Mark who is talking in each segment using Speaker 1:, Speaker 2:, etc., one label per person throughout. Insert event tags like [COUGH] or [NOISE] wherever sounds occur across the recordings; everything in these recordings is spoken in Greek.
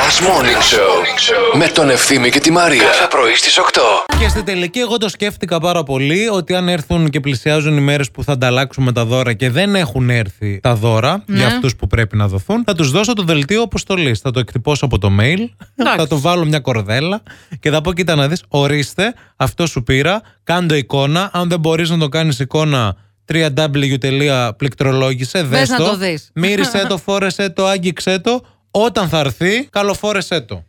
Speaker 1: Last Morning Show με τον Ευθύμη και τη Μαρία. Κάθε πρωί στις 8.
Speaker 2: Και στην τελική, εγώ το σκέφτηκα πάρα πολύ ότι αν έρθουν και πλησιάζουν οι μέρες που θα ανταλλάξουμε τα δώρα και δεν έχουν έρθει τα δώρα
Speaker 3: Ναι.
Speaker 2: για αυτούς που πρέπει να δοθούν, θα τους δώσω το δελτίο αποστολής. Θα το εκτυπώσω από το mail, θα το βάλω μια κορδέλα και θα πω: Κοίτα να δεις, ορίστε, αυτό σου πήρα, κάντο εικόνα. Αν δεν μπορείς να το κάνεις εικόνα, www.πληκτρολόγησε, δες
Speaker 3: να το δεις. [LAUGHS]
Speaker 2: μύρισε το, φόρεσε το, άγγιξε το. Όταν θα έρθει, καλοφόρεσέ το.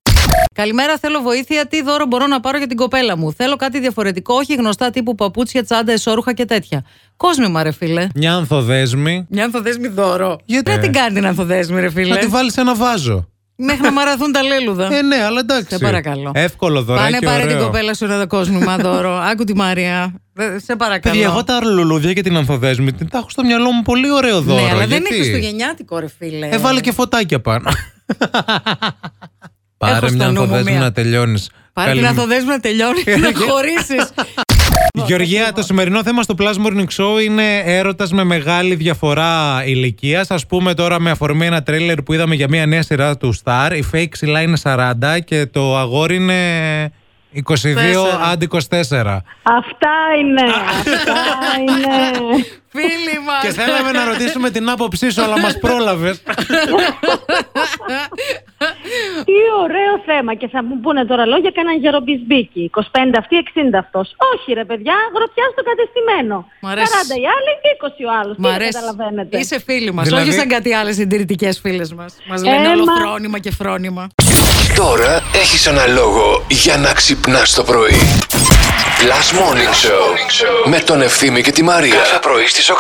Speaker 3: Καλημέρα, θέλω βοήθεια. Τι δώρο μπορώ να πάρω για την κοπέλα μου. Θέλω κάτι διαφορετικό, όχι γνωστά τύπου παπούτσια, τσάντα, εσόρουχα και τέτοια. Κόσμημα, ρε φίλε.
Speaker 2: Μια ανθοδέσμη.
Speaker 3: Μια ανθοδέσμη δώρο.
Speaker 2: Γιατί?
Speaker 3: Δεν την κάνει την ανθοδέσμη, ρε φίλε.
Speaker 2: Να τη βάλεις σε ένα βάζο.
Speaker 3: Μέχρι να μαραθούν τα λέλουδα.
Speaker 2: Ε, ναι, αλλά εντάξει.
Speaker 3: Σε παρακαλώ.
Speaker 2: Εύκολο δωράκι.
Speaker 3: Πάνε πάρε
Speaker 2: ωραίο.
Speaker 3: την κοπέλα σου ένα κόσμημα δώρο. [LAUGHS] Άκου τη Μαρία. Δε- Σε παρακαλώ.
Speaker 2: Παιδιά, εγώ τα αρλουλούδια και την ανθοδέσμη την τα έχω στο μυαλό μου πολύ ωραίο δώρο.
Speaker 3: Ναι, αλλά δεν
Speaker 2: Γιατί?
Speaker 3: είναι χριστουγεννιάτικο, ρε φίλε.
Speaker 2: Ε, βάλε και φωτάκια πάνω. Πάρε
Speaker 3: στο
Speaker 2: μια
Speaker 3: νου μου
Speaker 2: ανθοδέσμη
Speaker 3: μία.
Speaker 2: να τελειώνεις.
Speaker 3: Πάρε την ανθοδέσμη να τελειώνεις, να
Speaker 2: [LAUGHS]
Speaker 3: χωρίσεις.
Speaker 2: Γεωργία, το σημερινό θέμα στο Plus Morning Show είναι έρωτας με μεγάλη διαφορά ηλικίας. Ας πούμε τώρα με αφορμή ένα τρέλερ που είδαμε για μια νέα σειρά του Star. Η fake ξυλά είναι 40 και το αγόρι είναι 22 αντί 24.
Speaker 4: Αυτά είναι. Αυτά
Speaker 3: [LAUGHS]
Speaker 4: είναι.
Speaker 3: Φίλοι μας.
Speaker 2: Και θέλαμε να
Speaker 3: [LAUGHS]
Speaker 2: ρωτήσουμε την άποψή σου, αλλά μας πρόλαβες.
Speaker 4: Τι ωραίο θέμα. Και θα μου πούνε τώρα λόγια και έναν γερομπισμπίκι. 25 αυτή, 60 αυτός. Όχι, ρε παιδιά, γροπιά στο κατεστημένο.
Speaker 3: Μ' αρέσει.
Speaker 4: 40 οι άλλοι, 20 ο άλλος.
Speaker 3: Μ' αρέσει.
Speaker 4: Καταλαβαίνετε.
Speaker 3: Είσαι φίλη μας.
Speaker 2: Δηλαδή-
Speaker 3: Όχι σαν κάτι άλλες συντηρητικές φίλες μας. Μας λένε
Speaker 4: Ε,
Speaker 3: όλο
Speaker 4: μα-
Speaker 3: φρόνημα και φρόνημα.
Speaker 1: Τώρα έχεις ένα λόγο για να ξυπνάς το πρωί. Last Morning Show με τον Ευθύμη και τη Μαρία. Κάθε πρωί στις 8.